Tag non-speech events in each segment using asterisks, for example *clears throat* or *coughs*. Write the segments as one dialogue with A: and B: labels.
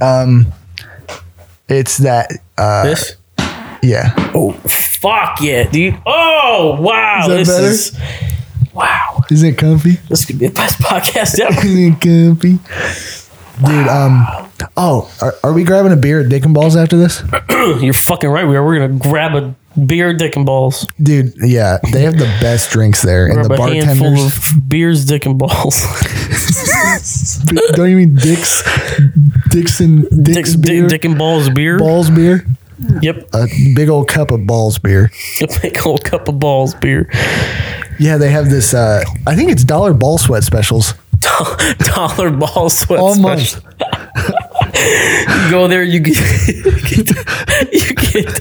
A: Um, it's that. Uh,
B: This?
A: yeah.
B: Oh, fuck yeah, dude. Oh, wow.
A: Is that
B: this
A: better?
B: is. Wow.
A: Isn't it comfy? *laughs*
B: This could be the best *laughs* podcast ever.
A: Isn't it comfy? Dude, um, oh, are, are we grabbing a beer at Dick and Balls after this?
B: You're fucking right. We are. We're going to grab a beer, dick, and balls.
A: Dude, yeah, they have the best drinks there, and
B: Grab
A: the
B: a handful
A: bartenders.
B: of beers, dick, and balls.
A: *laughs* Don't you mean Dick's, Dixon,
B: *laughs* dick,
A: Dick's beer,
B: dick, dick, and balls beer.
A: Balls beer,
B: Yep. *laughs*
A: a big old cup of Balls beer.
B: A big old cup of balls beer. *laughs*
A: Yeah, they have this. Uh, I think it's dollar ball sweat specials
B: Dollar ball sweat.
A: all month.
B: special. You go there, you get *laughs* you get you get,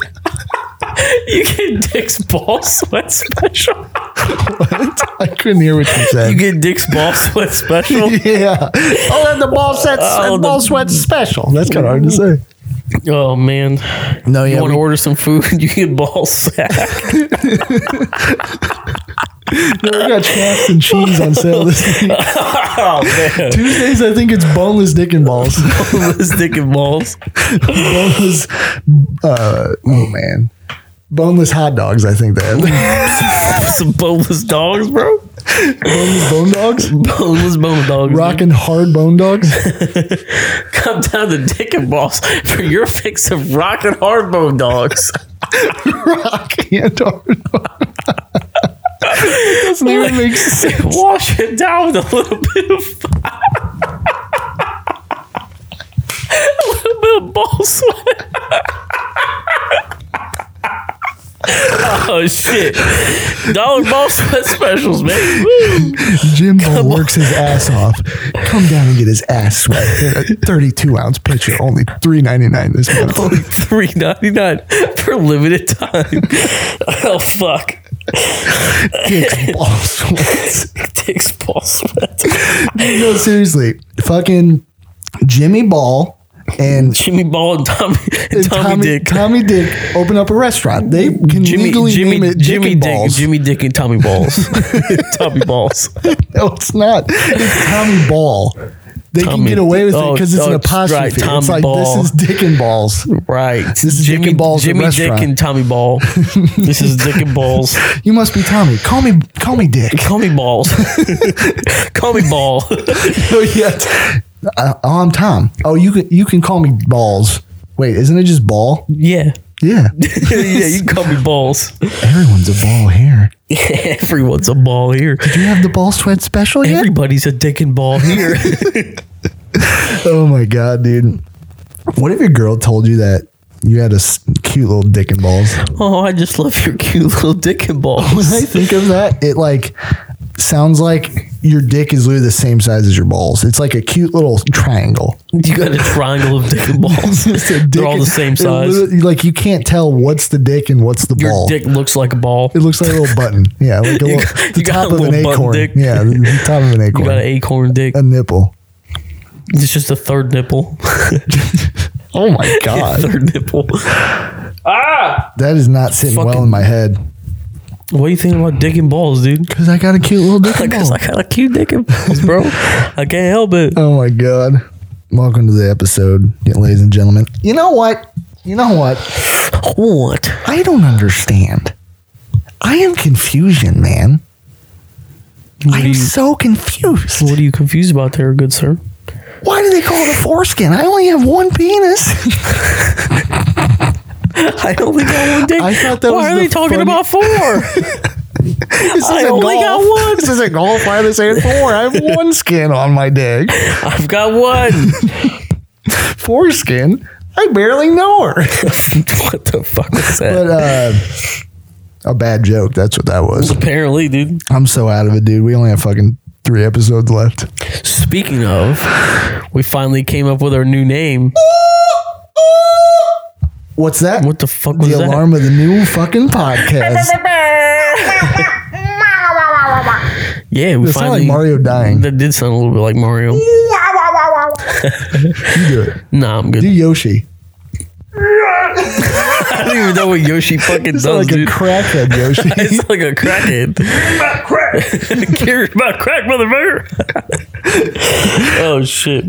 B: you get Dick's ball sweat special.
A: I couldn't hear what you
B: You
A: *laughs* said.
B: get Dick's ball
A: *laughs*
B: sweat special.
A: yeah. Oh, and the ball sets
B: Oh,
A: and
B: the-
A: ball sweat special. That's kind of hard to say.
B: Oh man,
A: No,
B: you
A: yeah,
B: want to
A: we-
B: order some food? *laughs* You get ball sack.
A: we got chaps and cheese on sale this week.
B: Oh man,
A: Tuesdays, I think it's boneless dick and balls. *laughs*
B: boneless dick and balls.
A: boneless. Uh, oh man, boneless hot dogs. I think they have
B: Some boneless dogs, bro.
A: boneless bone dogs.
B: Boneless bone dogs.
A: Rocking hard bone dogs. *laughs*
B: Come down to Dick and Balls for your fix of rockin' hard bone dogs.
A: Rocking and hard. doesn't
B: *laughs*
A: even make sense.
B: Wash it down with a little bit of *laughs* a little bit of ball sweat. *laughs* oh shit! Dollar ball sweat specials, man. Woo.
A: Jimbo works his ass off. Come down and get his ass sweat. A 32 ounce pitcher, only three ninety nine this
B: *laughs*
A: month.
B: Three ninety nine for limited time. *laughs* oh fuck!
A: Dick's ball sweats.
B: Dick's ball sweat.
A: *laughs* No, seriously. Fucking Jimmy Ball and
B: Jimmy Ball and Tommy, and Tommy,
A: Tommy
B: Dick.
A: Tommy Dick open up a restaurant. They can legally name it Jimmy
B: Jimmy
A: Dick.
B: Dick,
A: Balls.
B: Jimmy Dick, and Tommy Balls. Tommy Balls.
A: *laughs* No, it's not. It's Tommy Ball. They can
B: Tommy-
A: get away with it
B: oh,
A: because it's
B: oh,
A: an
B: it's right,
A: apostrophe.
B: Tommy
A: it's like
B: Ball.
A: this is Dick and Balls.
B: Right. This
A: is Dick and Balls, the
B: Jimmy Dick
A: restaurant.
B: and
A: *laughs*
B: Tommy Ball. this is Dick and Balls.
A: You must be Tommy. Call me, call me Dick.
B: *laughs* Call me Balls. Call me Ball. *laughs*
A: oh yeah. Uh, oh, I'm Tom. Oh, you can you can call me Balls. Wait, isn't it just Ball? *laughs*
B: yeah. *laughs*
A: Yeah.
B: yeah, you can call me Balls. *laughs*
A: Everyone's a ball here.
B: Everyone's a ball here.
A: Do you have the ball sweat special yet?
B: Everybody's a dick and ball here. *laughs*
A: oh my god, dude. What if your girl told you that you had a s- cute little dick and balls?
B: oh, I just love your cute little dick and
A: When
B: balls.
A: I *laughs* think of that, it like sounds like your dick is literally the same size as your balls. It's like a cute little triangle.
B: You got a triangle of dick and balls.
A: *laughs* It's a dick-
B: *laughs* They're all
A: *laughs*
B: the same
A: it
B: size.
A: literally- Like you can't tell what's the dick and what's the
B: Your
A: ball.
B: dick looks like a ball.
A: It looks like a little
B: *laughs*
A: button. Yeah, like a
B: You
A: little,
B: got-
A: the
B: you got
A: top
B: a
A: of an
B: little button
A: acorn.
B: dick.
A: Yeah, the- the top of an
B: *laughs* You got
A: acorn.
B: an acorn dick.
A: A nipple.
B: It's just a third nipple. *laughs*
A: Oh my god,
B: third nipple.
A: that is not sitting well
B: Fucking-
A: in my head
B: What do you think about dick and balls, dude?
A: because I got a cute
B: *laughs*
A: little dick. and
B: Because
A: ball.
B: I got a cute dick and balls, bro. I can't help it.
A: Oh my god. Welcome to the episode, yeah, ladies and gentlemen. You know what? You know what?
B: What?
A: I don't understand. I am confusion, man. I
B: What are,
A: am
B: you,
A: so confused.
B: what are you confused about there,
A: *laughs*
B: good sir?
A: Why do they call it a foreskin? I only have one penis. *laughs*
B: I only got one dick.
A: I thought that
B: Why
A: was
B: are
A: the
B: they talking
A: funny- *laughs*
B: about four?
A: This
B: I
A: isn't
B: only got
A: *laughs*
B: one.
A: This isn't golf. Why are they saying four? I have one skin on my dick.
B: I've
A: *laughs*
B: got one. *laughs*
A: Foreskin? I barely know
B: *laughs*
A: her.
B: what the fuck was that?
A: But uh, a bad joke. That's what that was.
B: Apparently, dude.
A: I'm so out of it, dude. We only have fucking three episodes left.
B: Speaking of, we finally came up with our new name.
A: What's that?
B: What the fuck was
A: the
B: that?
A: alarm of the new fucking
B: *laughs*
A: podcast.
B: Yeah, we
A: It sounded
B: finally.
A: like Mario dying.
B: That did sound a little bit like Mario.
A: You do it.
B: Nah, I'm good.
A: Do Yoshi.
B: *laughs* I don't even know what Yoshi fucking does,
A: Sound like
B: dude.
A: a crackhead Yoshi.
B: *laughs* it's like a crackhead. *laughs* crack. Curious about crack, motherfucker. oh shit.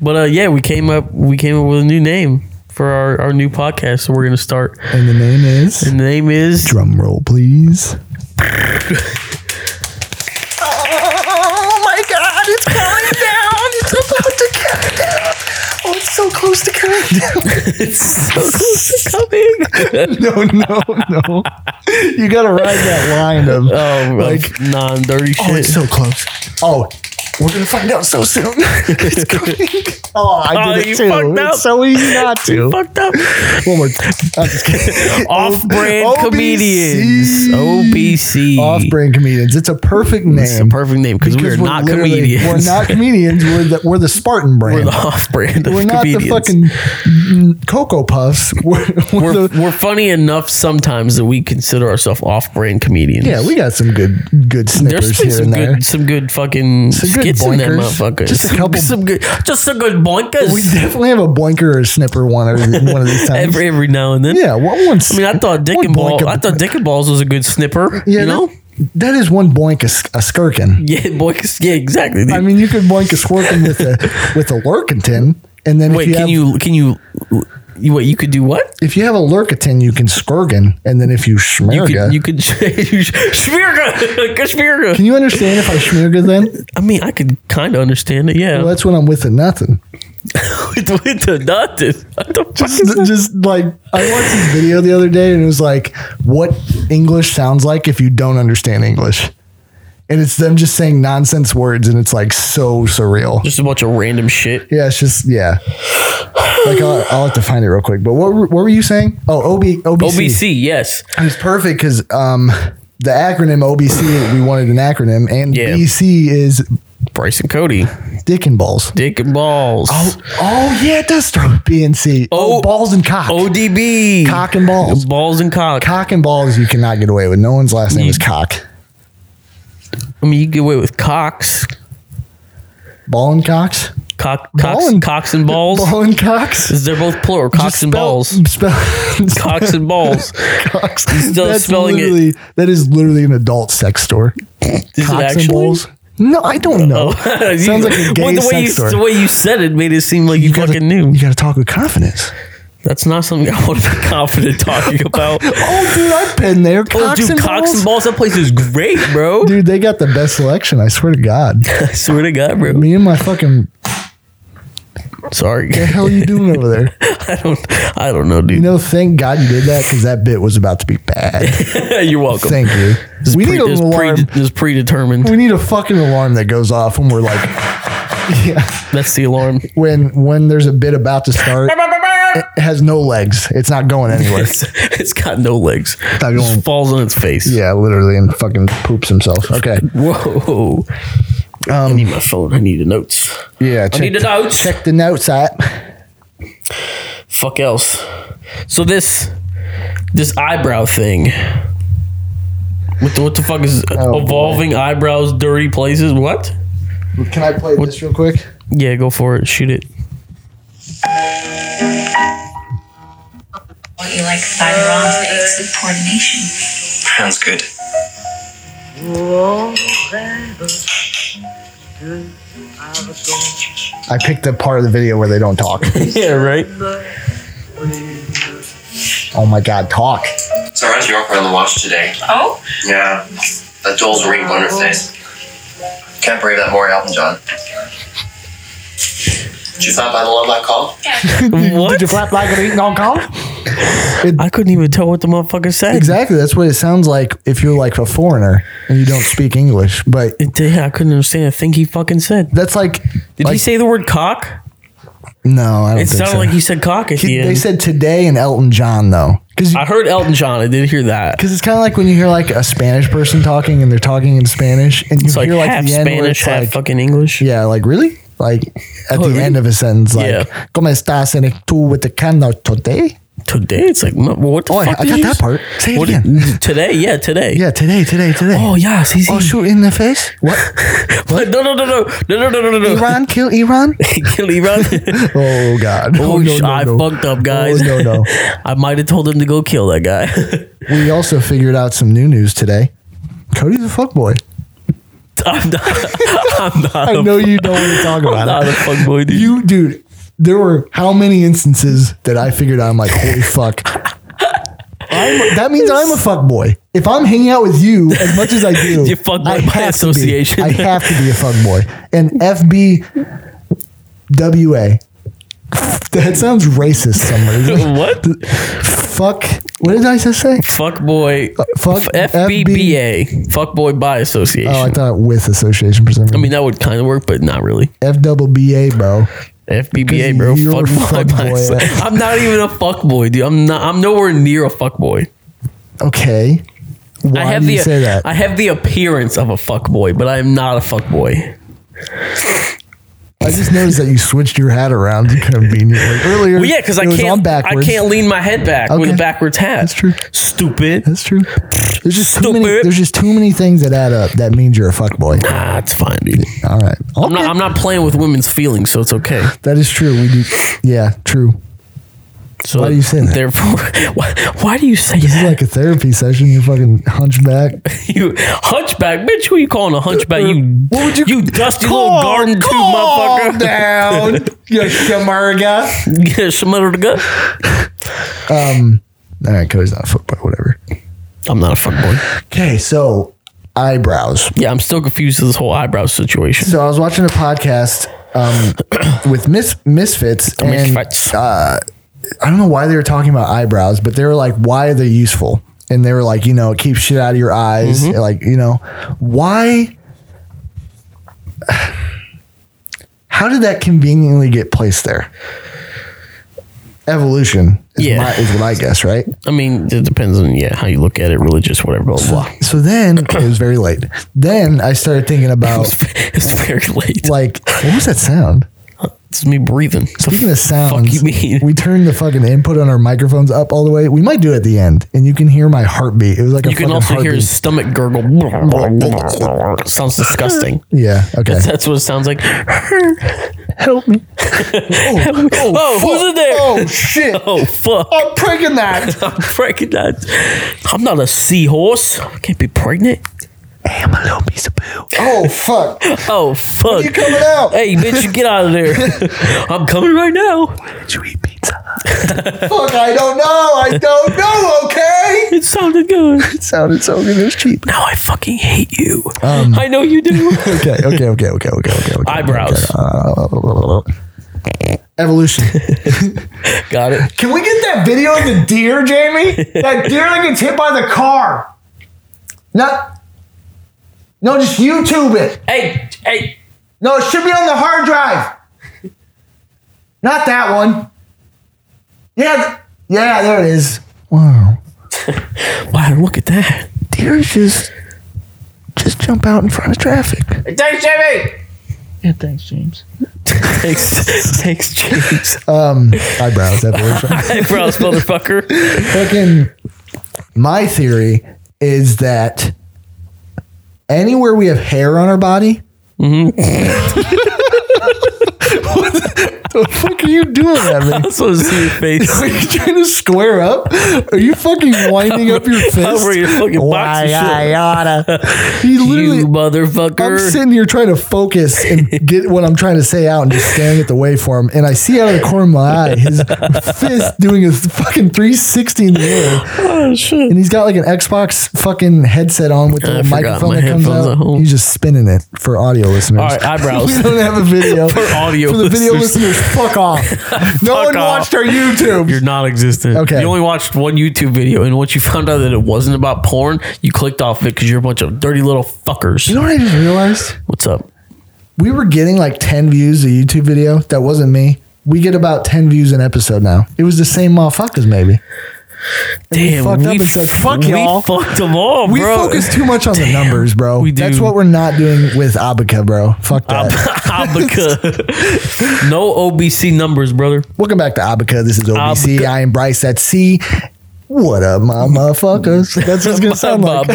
B: But uh, yeah, we came up we came up with a new name for our, our new podcast. So we're gonna start.
A: And the name
B: The
A: is
B: name is
A: drum roll, please.
B: Oh my god, it's coming down! It's about to come down! Oh, it's so close to coming down! *laughs* it's so close to coming!
A: No, *laughs* no, no. You gotta ride that line of
B: Oh,
A: *laughs* Like-
B: like non dirty
A: Oh,
B: shit.
A: it's so close. Oh, we're gonna find out so soon. *laughs* it's coming. Oh, I
B: Oh,
A: did
B: you
A: it too.
B: fucked
A: It's
B: up.
A: so easy not to.
B: Fucked up.
A: One more. I'm just kidding.
B: Off-brand
A: *laughs* OBC.
B: comedians. OBC.
A: Off-brand comedians. It's a perfect name.
B: It's a perfect name because we are not
A: literally-
B: comedians.
A: We're not comedians. We're the we're the Spartan brand.
B: *laughs*
A: We're,
B: We're the off-brand of
A: not
B: comedians.
A: the fucking mm, Cocoa Puffs. *laughs* We're, we're
B: we're,
A: the,
B: we're funny enough sometimes that we consider ourselves off-brand comedians.
A: yeah, we got some good good
B: There's
A: snippers
B: been
A: here and
B: some good,
A: there.
B: some good fucking
A: Some good
B: skits in that
A: boinkers.
B: motherfucker.
A: Just a
B: Some-
A: couple-
B: some good, just some good boinkers
A: We definitely have a blinker or a snipper one or one of
B: *laughs*
A: these times.
B: every every now and then.
A: yeah, one once.
B: I mean, I thought Dick
A: One
B: and Balls.
A: boink a-
B: I thought Dick and Balls was a good snipper.
A: Yeah,
B: you know.
A: that- that is one boink a, sk- a skirkin.
B: yeah, boinkers. *laughs* Yeah, exactly. dude.
A: I mean, you could boink a squirkin with a with a lurkinton, and then
B: Wait,
A: if you
B: can
A: have,
B: you can you, you wait? You could do what?
A: if you have a lurkinton, you can skirkin, and then if you
B: You
A: schmirga,
B: could,
A: can,
B: you
A: you,
B: could *laughs* Schmirga, Schmirga.
A: understand if I schmirga
B: *laughs*
A: then?
B: I mean, I could kind of understand it. Yeah,
A: Well, that's when I'm with the nothing.
B: with, with the nothing. What the fuck
A: *laughs*
B: is that?
A: Just like I watched this video the other day, and it was like, what English sounds like if you don't understand English. And it's them just saying nonsense words, and it's like so surreal.
B: Just a bunch of random shit.
A: Yeah, it's just yeah. Like I'll, I'll have to find it real quick. But what were- what were you saying? Oh, OB, OBC.
B: OBC, yes.
A: It was perfect because um, the acronym OBC we wanted an acronym, and
B: Yeah.
A: BC is
B: Bryce and Cody,
A: Dick and Balls.
B: Dick and Balls.
A: Oh, oh yeah, it does start with B and C. Oh,
B: O-
A: balls and cock,
B: ODB,
A: cock and balls,
B: balls and cock.
A: cock and balls. You cannot get away with. No one's last name is cock.
B: I mean, you get away with cocks,
A: Ball and cocks.
B: cock, cocks,
A: Ball and-
B: cocks and balls.
A: Ball and cocks.
B: Is They're both plural, cocks
A: Just
B: and
A: spell-
B: balls.
A: Spell,
B: *laughs* Cocks and
A: *laughs*
B: balls.
A: cocks.
B: Still spelling it.
A: literally, That is literally an adult sex store.
B: Is it
A: Cocks
B: actually? Oh.
A: and balls. No, I don't know.
B: *laughs* You-
A: Sounds like a gay
B: well, the
A: sex
B: way you,
A: store.
B: The way you said it made it seem like you,
A: gotta-
B: fucking knew.
A: You got to talk with confidence.
B: That's not something I would be
A: *laughs*
B: confident talking about.
A: Oh, dude, I've been there.
B: oh,
A: Cocks,
B: dude,
A: and,
B: cocks
A: balls.
B: and balls. That place is great, bro.
A: Dude, they got the best selection. I swear to God.
B: *laughs* I swear to God, bro.
A: Me and my fucking.
B: Sorry.
A: The hell you doing over there?
B: I don't. *laughs* I don't know, dude.
A: You know, thank God you did that because that bit was about to be bad.
B: *laughs* You're welcome.
A: Thank you. We need
B: Pre-
A: an
B: it's pre-
A: alarm.
B: it's predetermined.
A: We need a fucking alarm that goes off when we're like,
B: *laughs*
A: yeah,
B: That's the alarm. *laughs*
A: when when there's a bit about to start. It has no legs. It's not going anywhere.
B: It's, it's got no legs.
A: not
B: It
A: going-
B: just falls on its face.
A: *laughs* Yeah, literally, and fucking poops himself. Okay. Um,
B: Whoa. I need my phone. I need the notes.
A: Yeah.
B: I
A: Check,
B: need Um, the notes.
A: check the notes app.
B: Fuck else. So this this eyebrow thing. What the, what the fuck is
A: Oh,
B: evolving eyebrows, dirty places? What?
A: Can I play this real quick?
B: Yeah, go for it. Shoot it. *laughs*
C: What you like fiber optics and coordination.
D: Sounds good.
A: I picked the part of the video where they don't
B: *laughs*
A: talk.
B: yeah, right.
A: oh my god, talk.
D: So I was York on the watch today.
C: Oh,
D: Yeah. That Joel's ring wonder face. Can't believe that Maury Elton John. Did you find by the love that call?
B: What?
A: flap like an eating on call?
B: *laughs* I couldn't even tell what the motherfucker said.
A: Exactly. That's what it sounds like if you're like a foreigner and you don't speak English. But
B: It- yeah, I couldn't understand a thing he fucking said.
A: that's like.
B: Did he
A: like-
B: say the word cock?
A: No, I don't
B: It
A: think
B: sounded
A: so.
B: like he said cock at the
A: He-
B: end.
A: they said today and Elton John though, because
B: I heard Elton John. I did hear that.
A: Because it's kind of like when you hear like a Spanish person talking and they're talking in Spanish and you
B: It's like
A: hear like
B: half
A: the end where
B: Spanish,
A: it's
B: half
A: like,
B: fucking English.
A: yeah, like really? Like at the end of a sentence, like,
B: Yeah.
A: ¿Cómo estás en el tour with the candle today?
B: Today, it's like, no, what the
A: Oh, I,
B: fuck?
A: I
B: did
A: got
B: you
A: that
B: s-
A: part. Say it
B: What
A: again.
B: did- *laughs* today, yeah, today.
A: yeah, today, today, today.
B: Oh, yeah, see, see.
A: Oh,
B: *laughs*
A: shoot in the face. What?
B: What? No, no, no, no, no, no, no, no, no.
A: Iran kill Iran?
B: *laughs* Kill Iran.
A: *laughs* Oh God!
B: *laughs* Oh, sh- I fucked up, guys.
A: Oh, no,
B: *laughs*
A: no.
B: I might have told him to go kill that guy. *laughs*
A: We also figured out some new news today. Cody's a fuckboy.
B: I'm not. *laughs* I'm not.
A: I
B: a-
A: know you don't want to talk
B: *laughs* I'm
A: about
B: not a
A: it.
B: fuckboy, dude.
A: You, dude, there were how many instances that I figured out? I'm like,
B: *laughs*
A: holy fuck. I'm, that means I'm a fuckboy. If I'm hanging out with you as much as I
B: *laughs*
A: do,
B: You're fuckboy
A: I
B: by
A: have to be.
B: association.
A: I have to be a fuckboy. And FBWA. That sounds racist somewhere.
B: what?
A: Fuck. What did I just say?
B: Fuckboy.
A: fuck-
B: FBBA. Fuckboy by association.
A: Oh, I thought with association for some reason.
B: I mean, that would kind of work, but not really.
A: F double B A, bro. Because
B: FBBA, bro.
A: you're
B: Fuck
A: a
B: boy.
A: fuckboy.
B: myself. *laughs* I'm not even a fuck boy, dude. I'm not. I'm nowhere near a fuck boy.
A: Okay. Why
B: I have
A: do
B: the
A: you say that?
B: I have the appearance of a fuck boy, but I am not a fuck boy.
A: I just noticed that you switched your hat around conveniently *laughs* earlier.
B: Well, yeah, because I
A: it was on
B: can't. I
A: backwards.
B: can't lean my head back with a
A: Okay.
B: backwards hat.
A: That's true.
B: Stupid.
A: That's true. There's just too many.
B: Stupid.
A: There's just too many things that add up. That means you're a fuckboy.
B: Nah, it's fine, dude.
A: All right.
B: I'm not. I'm not playing with women's feelings, so it's okay.
A: That is true. We do. Yeah, true.
B: So
A: Why do you say that?
B: Therefore, *laughs* why, why do you say
A: This is
B: that?
A: like a therapy session. You're fucking hunchback.
B: *laughs* you hunchback, bitch. Who you calling a hunchback? You
A: What would you-
B: you dusty little garden tube
A: Calm
B: motherfucker?
A: down,
B: *laughs*
A: you shamarga.
B: Yeah, shmutter to go.
A: All right, Cody's not a football, whatever.
B: I'm not a fuckboy.
A: Okay, so eyebrows.
B: Yeah, I'm still confused with this whole eyebrow situation.
A: So I was watching a podcast um, *coughs* with Miss Misfits, and
B: Misfits.
A: uh, I don't know why they were talking about eyebrows, but they were like, "Why are they useful?" And they were like, "You know, it keeps shit out of your eyes."
B: Mm-hmm.
A: and Like, you know, why? How did that conveniently get placed there? Evolution is,
B: Yeah.
A: my, is what I guess, right?
B: I mean, it depends on yeah how you look at it, religious, whatever, blah blah. blah.
A: *laughs* So then *coughs* it was very late. Then I started thinking about
B: *laughs* it's very late.
A: like, what was that sound?
B: It's me breathing. The *laughs*
A: Speaking of sounds,
B: fuck you mean?
A: we turned the fucking input on our microphones up all the way. We might do it at the end, and you can hear my heartbeat. It was like a
B: you can
A: fucking
B: also hear
A: heartbeat.
B: his stomach gurgle. *laughs* sounds disgusting.
A: *laughs* yeah. Okay.
B: That's what it sounds like.
A: *laughs* Help
B: *laughs*
A: me.
B: Oh, who's in there?
A: Oh
B: *laughs*
A: shit!
B: Oh, fuck.
A: I'm pricking that.
B: I'm pregnant. I'm not a seahorse. I can't be pregnant.
A: I'm a little piece of poo. Oh fuck!
B: Oh, fuck.
A: You coming out?
B: Hey, bitch, you get out
A: *laughs*
B: of there. I'm coming right now.
A: Did you eat pizza? fuck! I don't know. I don't know. Okay.
B: It sounded good.
A: *laughs* It sounded so good. It was cheap.
B: Now I fucking hate you. I know you *laughs* do.
A: Okay. Okay. Okay. Okay. Okay. Okay. Okay. okay. Uh,
B: Eyebrows.
A: Evolution.
B: Got it.
A: Can we get that video of the deer, Jamie? That deer that gets hit by the car. No, no, just YouTube it.
B: Hey, hey.
A: No, it should be on the hard drive. Not that one. Yeah, th- yeah, there it is. Wow.
B: Wow, look at that.
A: Deer just just jump out in front of traffic.
B: Thanks, *laughs* thanks,
A: *laughs*
B: James.
A: Hmm. Eyebrows, evolution.
B: Eyebrows, motherfucker.
A: *laughs* Fucking my theory is that anywhere we have hair on our body.
B: Mm-hmm.
A: *laughs* what the, the fuck are you doing at me?
B: I'm supposed to see your face.
A: Are you trying to square up? Are you fucking winding up
B: *laughs*
A: your fist?
B: I'm ready to fucking box
A: Why
B: your shit.
A: I
B: *laughs*
A: oughta. You literally,
B: You
A: I'm
B: motherfucker.
A: sitting here trying to focus
B: *laughs*
A: and get what I'm trying to say out and just staring at the waveform. And I see out of the corner of my eye his fist doing a fucking 360 in the air.
B: Oh, shit.
A: And he's got like an Xbox fucking headset on with the
B: I
A: little
B: forgot
A: microphone
B: my
A: that comes
B: headphones at
A: out.
B: home.
A: He's just spinning it for audio listeners.
B: All right, eyebrows.
A: *laughs* we don't have a video.
B: *laughs* For audio
A: For the video
B: listeners.
A: listeners, fuck
B: *laughs*
A: off. no
B: Fuck
A: one
B: off.
A: watched our YouTube.
B: You're non-existent.
A: Okay.
B: You only watched one YouTube video, and once you found out that it wasn't about porn, you clicked off it because you're a bunch of dirty little fuckers.
A: you know what I just realized?
B: What's up?
A: We were getting like 10 views a YouTube video. That wasn't me. We get about 10 views an episode now. It was the same motherfuckers, maybe.
B: Damn,
A: fucked
B: we,
A: up and said, "Fuck
B: we
A: y'all."
B: fucked them all,
A: We
B: bro.
A: focus
B: *laughs*
A: too much on the numbers, bro.
B: we
A: That's
B: do.
A: what we're not doing with Abaca, bro. Fuck that.
B: Abaca. no OBC numbers, brother.
A: Welcome back to Abaca. This is OBC. I am Bryce. That's C. What up, my
B: *laughs*
A: motherfuckers? That's what it's gonna sound like.
B: My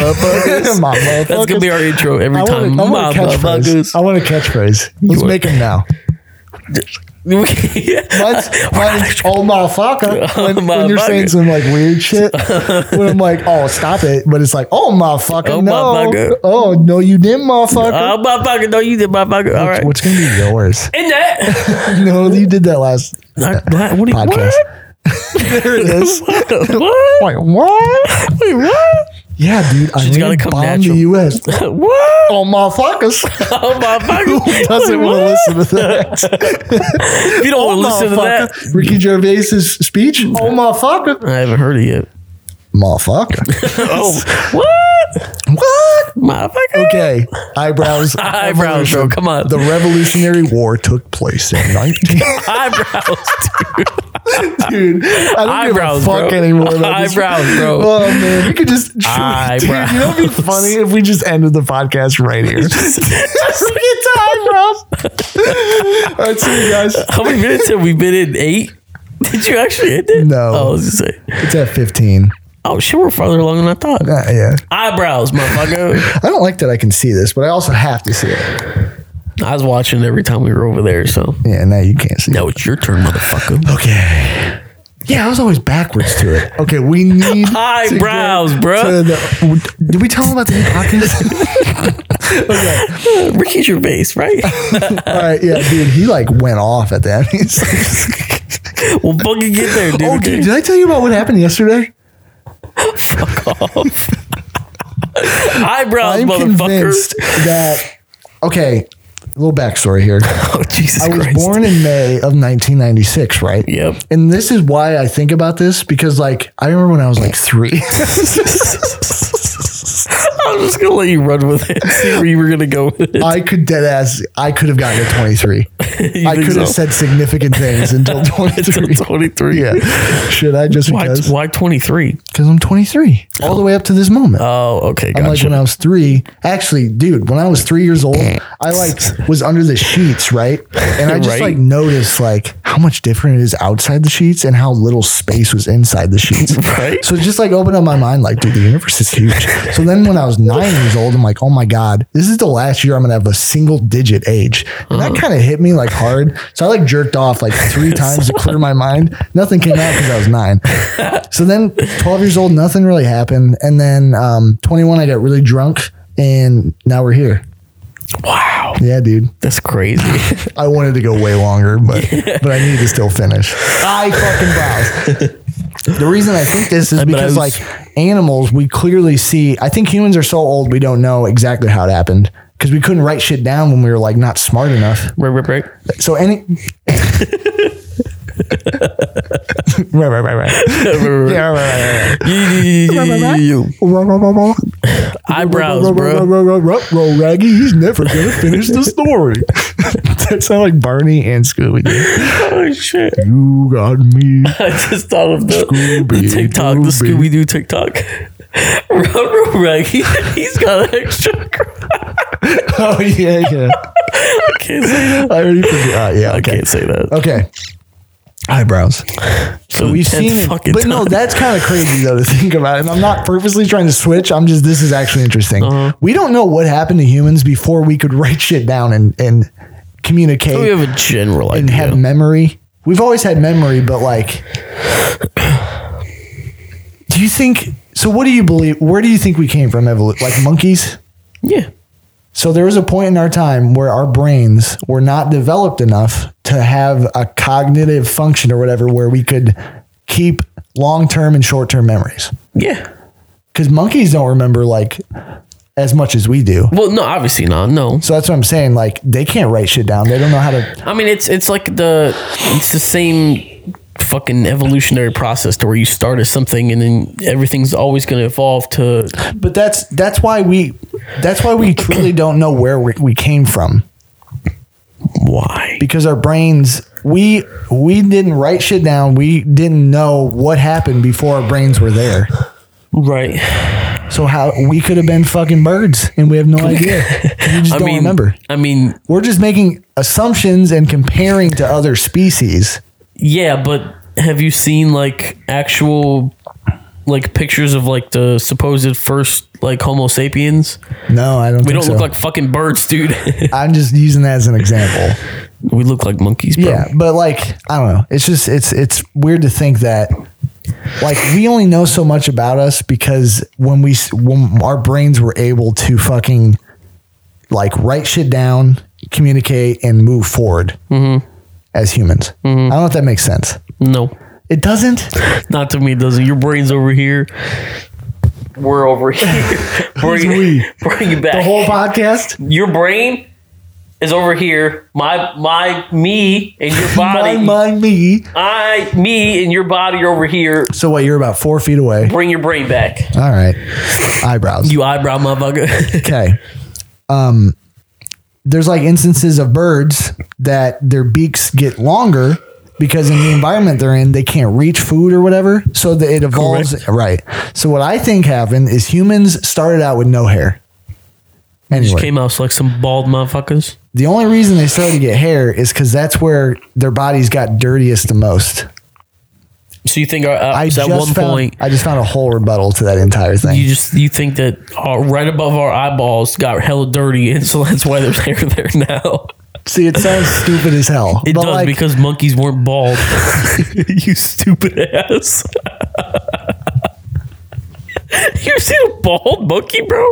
A: *laughs*
B: motherfuckers.
A: My motherfuckers.
B: That's gonna be our intro every
A: I want,
B: time.
A: a, I want a
B: My
A: catchphrase.
B: motherfuckers.
A: I want a catchphrase. Let's
B: are-
A: make them now. That's
B: *laughs*
A: that's oh motherfucker. When, when you're saying
B: Motherfucker.
A: some like weird
B: *laughs*
A: shit, when I'm like, oh stop it, but it's like, oh motherfucker,
B: Oh,
A: no,
B: motherfucker.
A: oh no, you didn't,
B: *laughs*
A: motherfucker.
B: Oh, motherfucker, no, you did, motherfucker. All right.
A: What's gonna be yours?
B: In that.
A: *laughs* no, you did that last
B: What? What? What? do you-
A: podcast.
B: what?
A: *laughs* there it
B: *laughs*
A: is.
B: What?
A: Like what?
B: Wait, what?
A: Yeah, dude. I
B: She's gotta
A: really
B: come
A: bombed
B: natural.
A: the
B: *laughs*
A: U.S.
B: What?
A: Oh motherfuckers!
B: *laughs* Oh, motherfucker.
A: *laughs* Who doesn't
B: Wait,
A: want to
B: what?
A: listen to that?
B: If you don't want to *laughs* listen to that.
A: Motherfucker. Ricky Gervais's speech. Oh
B: *laughs*
A: motherfucker!
B: I haven't heard it yet.
A: Motherfucker!
B: Oh, *laughs* what?
A: what? *laughs*
B: Motherfucker.
A: Okay, eyebrows.
B: *laughs* Eyebrows, bro. Come on.
A: The Revolutionary War took place
B: *laughs*
A: in 19. *laughs*
B: eyebrows.
A: Dude, I don't
B: Eyebrows,
A: give a fuck
B: bro.
A: anymore. About this.
B: Eyebrows, bro.
A: Oh man, we could just *laughs*
B: Eyebrows.
A: Dude, you know what'd be funny if we just ended the podcast right
B: *laughs*
A: here.
B: Bring it to
A: *laughs*
B: eyebrows.
A: All right, see you guys.
B: How many minutes have we been in? Eight? *laughs* Did you actually hit it?
A: No.
B: Oh, I was just saying.
A: It's at 15.
B: Oh, shit, we're farther along than I thought.
A: Uh, yeah, *laughs*
B: Eyebrows, motherfucker.
A: I don't like that I can see this, but I also have to see it.
B: I was watching every time we were over there, so.
A: Yeah, now you can't see. it.
B: Now it's your turn, *laughs* motherfucker.
A: Okay. Yeah, I was always backwards to it. Okay, we
B: *laughs*
A: need to get
B: Eyebrows, bro.
A: to the- did we tell them about the new *laughs* podcast?
B: Ricky Gervais,
A: *laughs*
B: right?
A: All right, yeah, dude, he like went off at that. He's *laughs* like,
B: we'll fucking get there, dude.
A: oh, dude, did I tell you about what happened yesterday?
B: Eyebrows,
A: I'm
B: motherfucker.
A: convinced that. Okay, a little backstory *laughs* here.
B: *laughs* Oh, Jesus
A: I was
B: Christ.
A: born in May of 1996, right?
B: Yep.
A: And this is why I think about this because, like, I remember when I was like *laughs* three.
B: I'm just going to let you run with it. See where you were going to go with it.
A: I could dead ass. I could have gotten to 23.
B: *laughs* You
A: I
B: think
A: could have
B: so?
A: said significant things
B: *laughs*
A: until 23.
B: Until 23.
A: yeah. Should I just
B: Why,
A: because?
B: why 23?
A: Because I'm 23 all the way up to this moment.
B: Oh, okay.
A: I'm like
B: Gotcha.
A: when I was three. Actually, dude, when I was three years old, I like was under the sheets, right? And I just
B: Right.
A: like noticed like how much different it is outside the sheets and how little space was inside the sheets.
B: *laughs* Right?
A: So it just like opened up my mind, like, dude, the universe is huge. So then when I was nine years old, I'm like, oh my God, this is the last year I'm gonna have a single digit age. And that kind of hit me like hard. So I like jerked off like
B: *laughs*
A: three times to clear my mind. Nothing came out because I was nine. So then 12 years old, nothing really happened. And then um, 21, I got really drunk and now we're here.
B: wow.
A: Yeah, dude.
B: That's *laughs* crazy.
A: I wanted to go way longer, but
B: *laughs*
A: but I need to still finish. I fucking vows. The reason I think this is
B: bet
A: because
B: I was-
A: like animals, we clearly see. I think humans are so old we don't know exactly how it happened because we couldn't write shit down when we were like not smart enough. *laughs*
B: Right, right, right.
A: So any. right, right, right, right. Yeah, right, right, right, right.
B: Eyebrows,
A: Row,
B: bro.
A: row, row, row, row, Raggy, he's never gonna finish the story. *laughs* that sound like Barney and Scooby Doo.
B: Oh shit!
A: You got me.
B: I just thought of the, the
A: Scooby-Doo.
B: TikTok, the Scooby Doo TikTok. Run, run, Raggy. He's got an extra. cr-
A: *laughs* Oh yeah, yeah.
B: I can't say that.
A: *laughs* I already forgot. Uh, yeah,
B: I
A: okay,
B: can't say that.
A: okay. Eyebrows.
B: So
A: We've seen it,
B: fucking
A: but no,
B: time.
A: that's kind of crazy though to think about. And I'm not purposely trying to switch. I'm just this is actually interesting. We don't know what happened to humans before we could write shit down and and communicate
B: we have a general
A: and
B: idea.
A: have memory. We've always had memory, but like, do you think? So, what do you believe? Where do you think we came from? Evolu- like monkeys.
B: yeah,
A: So there was a point in our time where our brains were not developed enough to have a cognitive function or whatever where we could keep long-term and short-term memories.
B: yeah.
A: Cuz monkeys don't remember like as much as we do.
B: Well, no, obviously not. No,
A: So that's what I'm saying like they can't write shit down. They don't know how to
B: I mean it's it's like the it's the same fucking evolutionary process to where you start as something and then everything's always going to evolve to
A: But that's that's why we that's why we truly don't know where we, we came from
B: why
A: because our brains we we didn't write shit down. We didn't know what happened before our brains were there.
B: right
A: So how we could have been fucking birds and we
B: *laughs*
A: have no idea. We just
B: I
A: don't
B: mean,
A: remember.
B: I mean,
A: We're just making assumptions and comparing to other species.
B: yeah, but have you seen like actual like pictures of like the supposed first like Homo sapiens?
A: No, I don't.
B: We
A: think
B: don't
A: so.
B: look like fucking birds, dude. *laughs*
A: I'm just using that as an example.
B: We look like monkeys, bro.
A: Yeah, but like I don't know. It's just it's it's weird to think that like we only know so much about us because when we s- when our brains were able to fucking like write shit down, communicate, and move forward
B: Mm-hmm.
A: as humans. I don't know if that makes sense.
B: No,
A: It doesn't.
B: not to me. Doesn't your brain's over here? We're over *laughs* here. bring,
A: we?
B: *laughs* bring it back.
A: The whole
B: *laughs*
A: podcast.
B: your brain is over here. My my me and *laughs* your body.
A: My, my, me.
B: I me and your body are over here.
A: So what? You're about four feet away.
B: Bring your brain back.
A: All right. Eyebrows.
B: You eyebrow motherfucker. *laughs*
A: Okay. Um, there's like instances of birds that their beaks get longer because in the environment they're in, they can't reach food or whatever. So that it evolves. Right. So what I think happened is humans started out with no hair.
B: Just
A: Anyway,
B: came out like some bald motherfuckers.
A: the only reason they started to get hair is because that's where their bodies got dirtiest the most.
B: So you think uh,
A: I
B: at
A: just
B: one
A: found,
B: point
A: I just found a whole rebuttal to that entire thing.
B: you just you think that uh, right above our eyeballs got hella dirty, and so that's why there's hair *laughs* there now.
A: See, it
B: *laughs*
A: sounds stupid as hell.
B: It
A: but
B: does
A: like,
B: because monkeys weren't bald. *laughs* you stupid ass. you ever seen a bald monkey, bro?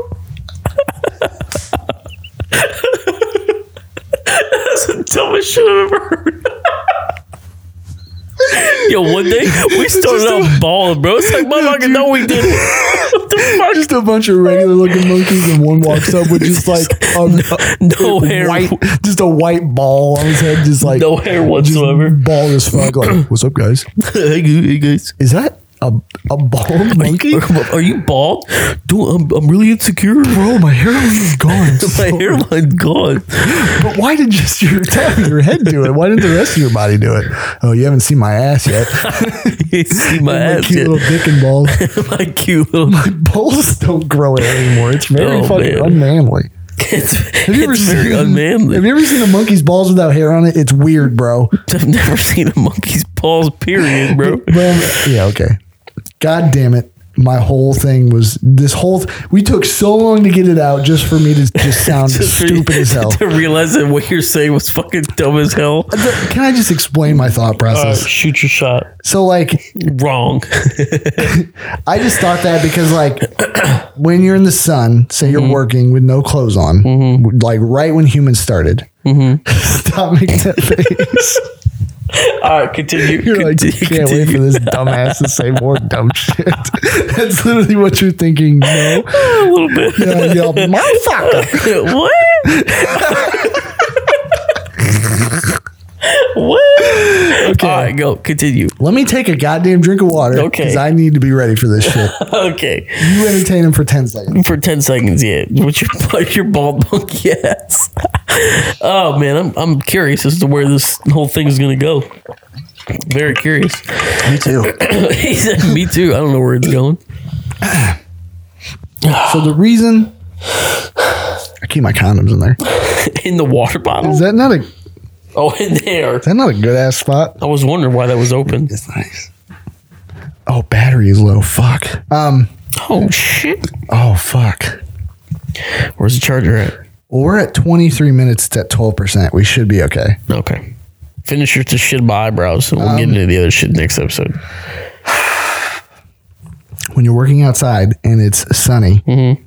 B: That's the dumbest shit I've ever heard. Yo, one day we started out bald, bro. It's like motherfucker, no, we didn't. what the fuck?
A: just a bunch of regular looking monkeys, and one walks up with
B: *laughs*
A: just like a
B: no
A: *laughs*
B: hair.
A: white, just a white ball on his head, just like
B: No hair
A: just
B: whatsoever.
A: bald as fuck.
B: *clears throat*
A: Like, what's up, guys?
B: hey, gu- hey, guys.
A: Is that a a
B: *laughs*
A: bald monkey?
B: Are, are you bald? Dude, I'm, I'm really insecure. Oh
A: Bro, my hairline is gone.
B: *laughs* My hairline's gone.
A: but why did just your *laughs* top of your head do it? Why didn't the rest of your body do it? Oh, you haven't seen my ass yet.
B: *laughs*
A: Oh,
B: You see my
A: my
B: ass
A: cute
B: *laughs* yet.
A: little dick and balls.
B: my
A: *laughs*
B: cute little.
A: Balls don't grow it anymore. It's very
B: Oh,
A: fucking
B: man.
A: unmanly.
B: It's,
A: Have you
B: it's
A: ever
B: very
A: seen,
B: unmanly.
A: Have you ever seen a monkey's balls without hair on it? It's weird, bro.
B: *laughs* I've never seen a monkey's balls. Period, *laughs* bro.
A: Well, yeah, okay. God damn it. My whole thing was this whole. we took so long to get it out just for me to
B: *laughs*
A: just sound
B: Just for you
A: stupid as hell.
B: *laughs* To realize that what you're saying was fucking dumb as hell.
A: Can I just explain my
B: Uh,
A: thought process?
B: shoot your shot.
A: So, like,
B: Wrong.
A: I just thought that because, like, *clears throat* when you're in the sun, say
B: Mm-hmm.
A: you're working with no clothes on, like right when humans started.
B: Mm-hmm.
A: *laughs* Stop making that face.
B: *laughs* All right, continue.
A: You're like,
B: continue,
A: can't wait for
B: continue.
A: this dumbass to say more *laughs* dumb shit. That's literally what you're thinking. No,
B: a little bit.
A: And I yell, motherfucker.
B: what? *laughs*
A: *laughs*
B: what? *laughs* Okay. All right, go continue.
A: Let me take a goddamn drink of water
B: Okay.
A: because I need to be ready for this shit.
B: Okay.
A: You entertain him for 10 seconds.
B: for 10 seconds yeah with your, *laughs* with your bald *laughs* monkey ass oh man I'm, I'm curious as to where this whole thing is gonna go very curious *coughs*
A: Me too.
B: he said me too i don't know where it's going *laughs*
A: So the reason I keep my condoms in there.
B: in the water bottle
A: Is that not a is
B: oh in there
A: that not a good ass spot?
B: i was wondering why that was open
A: It's nice. Oh, battery is low. Fuck. Um.
B: oh shit
A: Oh fuck.
B: where's the charger at
A: Well, we're at 23 minutes. It's at 12 percent. We should be okay.
B: okay finish your the shit by eyebrows and we'll
A: Um,
B: get into the other shit next episode
A: When you're working outside and it's sunny.
B: Mm-hmm.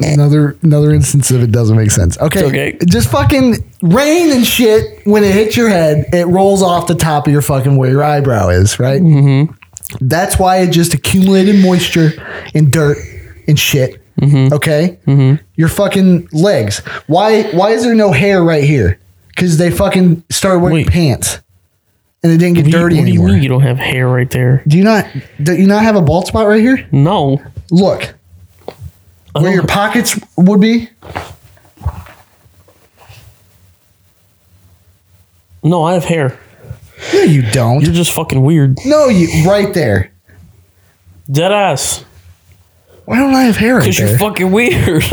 A: Another another instance of it doesn't make sense. Okay.
B: okay.
A: Just fucking rain and shit. When it hits your head, it rolls off the top of your fucking where your eyebrow is. Right. Mm-hmm. That's why it just accumulated moisture and dirt and shit. Okay. Mm-hmm. Your fucking legs. Why? Why is there no hair right here? Because they fucking started wearing
B: Wait.
A: pants, and it didn't get dirty
B: what do you
A: anymore.
B: mean you don't have hair right there
A: Do you not? Do you not have a bald spot right here?
B: no
A: Look,
B: I
A: where
B: don't-
A: your pockets would be.
B: no i have hair
A: No, you don't.
B: you're just fucking weird
A: No, you right there.
B: dead ass
A: Why don't I have hair right
B: Because
A: there?
B: you're fucking weird. *laughs*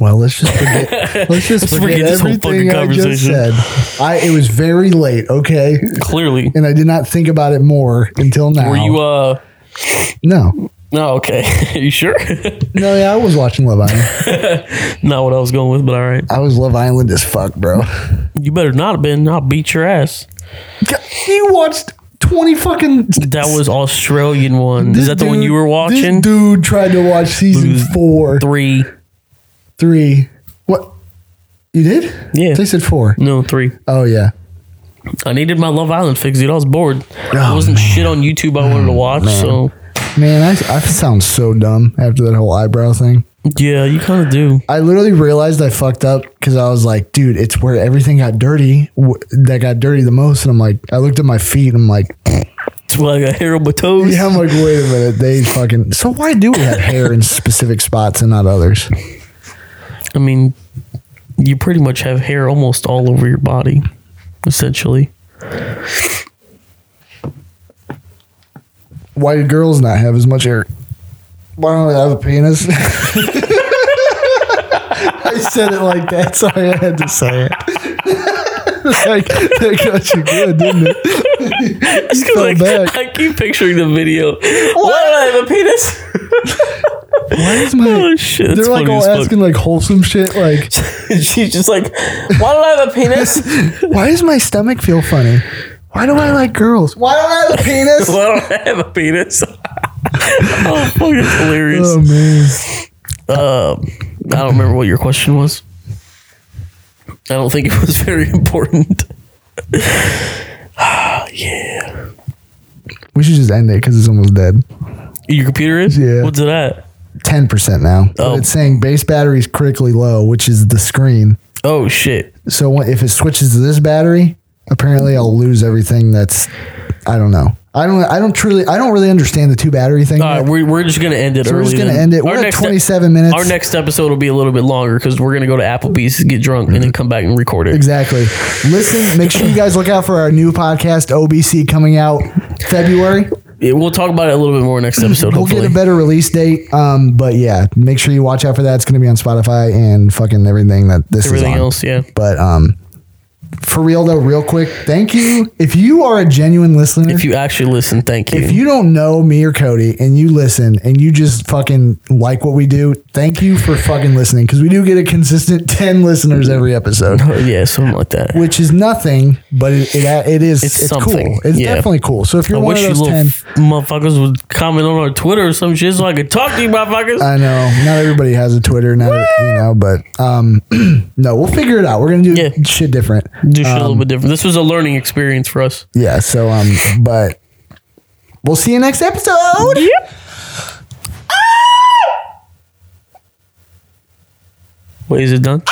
A: well, let's just
B: *laughs*
A: forget. Let's just
B: forget
A: forget,
B: this whole
A: everything
B: fucking
A: I just said.
B: conversation.
A: I it was very late, okay,
B: Clearly.
A: and I did not think about it more until now.
B: Were you uh
A: no,
B: No, okay. *laughs* Are you sure?
A: No, yeah, I was watching Love Island.
B: not what I was going with, but all right.
A: I was Love Island as fuck, bro.
B: You better not have been. I'll beat your ass.
A: He watched 20 fucking.
B: That was Australian one. Is that the one you were watching?
A: This dude tried to watch season
B: Booze.
A: four,
B: Three.
A: three. What? You did?
B: Yeah.
A: They said four.
B: No, three.
A: Oh, yeah.
B: I needed my Love Island fix, dude. I was bored. there
A: Oh,
B: wasn't shit on YouTube I wanted to watch, so
A: Man, I, I sound so dumb after that whole eyebrow thing.
B: yeah, you kind of do.
A: I literally realized I fucked up because I was like, dude, it's where everything got dirty wh- that got dirty the most. And I'm like, I looked at my feet and I'm like, *laughs*
B: It's like a hair on my toes.
A: yeah, I'm like, wait a minute. They fucking. So why do we have hair in specific spots and not others?
B: I mean, you pretty much have hair almost all over your body, essentially.
A: Why do girls not have as much hair? Why don't they have a *laughs* penis? I said it like that. Sorry, I had to say it. like, that got you good, didn't it?
B: It's 'cause,
A: fell
B: *laughs* like,
A: back.
B: I keep picturing the video. What? I have a penis?
A: Why is my.
B: oh shit!
A: they're
B: That's
A: like
B: funny
A: all
B: as fuck.
A: asking like wholesome shit like
B: *laughs* She's just like, why do I have a penis? *laughs*
A: Why does my stomach feel funny? Why do I like girls? Why don't I have a penis?
B: *laughs* why don't I have a penis? *laughs* oh, fuck, it's hilarious.
A: oh man.
B: Um, I don't remember what your question was. I don't think it was very important. *sighs*
A: We should just end it because it's almost dead.
B: Your computer is?
A: Yeah.
B: What's it at?
A: Ten percent now.
B: Oh.
A: But it's saying base battery is critically low, which is the screen.
B: Oh shit.
A: So when, if it switches to this battery, apparently I'll lose everything. That's I don't know. I don't. I don't truly. I don't really understand the two battery thing.
B: All
A: yet.
B: right, Uh, we're, we're just gonna end it
A: we're
B: early.
A: just gonna
B: then.
A: end it.
B: Our
A: We're at
B: next e-
A: twenty seven minutes.
B: Our next episode will be a little bit longer because we're gonna go to Applebee's, get drunk, and then come back and record it.
A: Exactly. Listen. Make sure you guys look out for our new podcast OBC coming out February.
B: Yeah, We'll talk about it a little bit more next episode.
A: We'll
B: hopefully,
A: get a better release date. Um, but yeah, make sure you watch out for that. It's going to be on Spotify and fucking everything that this
B: everything
A: is on.
B: else. Yeah.
A: But um, for real though, real quick, thank you. If you are a genuine listener,
B: If you actually listen, thank you.
A: if you don't know me or Cody and you listen and you just fucking like what we do, thank you for fucking listening because we do get a consistent *laughs* ten listeners every episode.
B: yeah, something like that.
A: Which is nothing, but it it, it is
B: It's
A: it's,
B: something,
A: cool. It's
B: yeah.
A: definitely cool. So if you're
B: I
A: one
B: wish
A: of
B: you
A: those
B: little
A: ten,
B: f- motherfuckers would comment on our Twitter or some shit so I could talk to you, motherfuckers.
A: I know not everybody has a Twitter, not every- you know, but um, *clears throat* no, we'll figure it out. We're gonna do
B: Yeah.
A: shit different.
B: do shit a
A: um,
B: little bit different. This was a learning experience for us.
A: Yeah. So um, but we'll see you next episode.
B: Yep. Wait, is it done?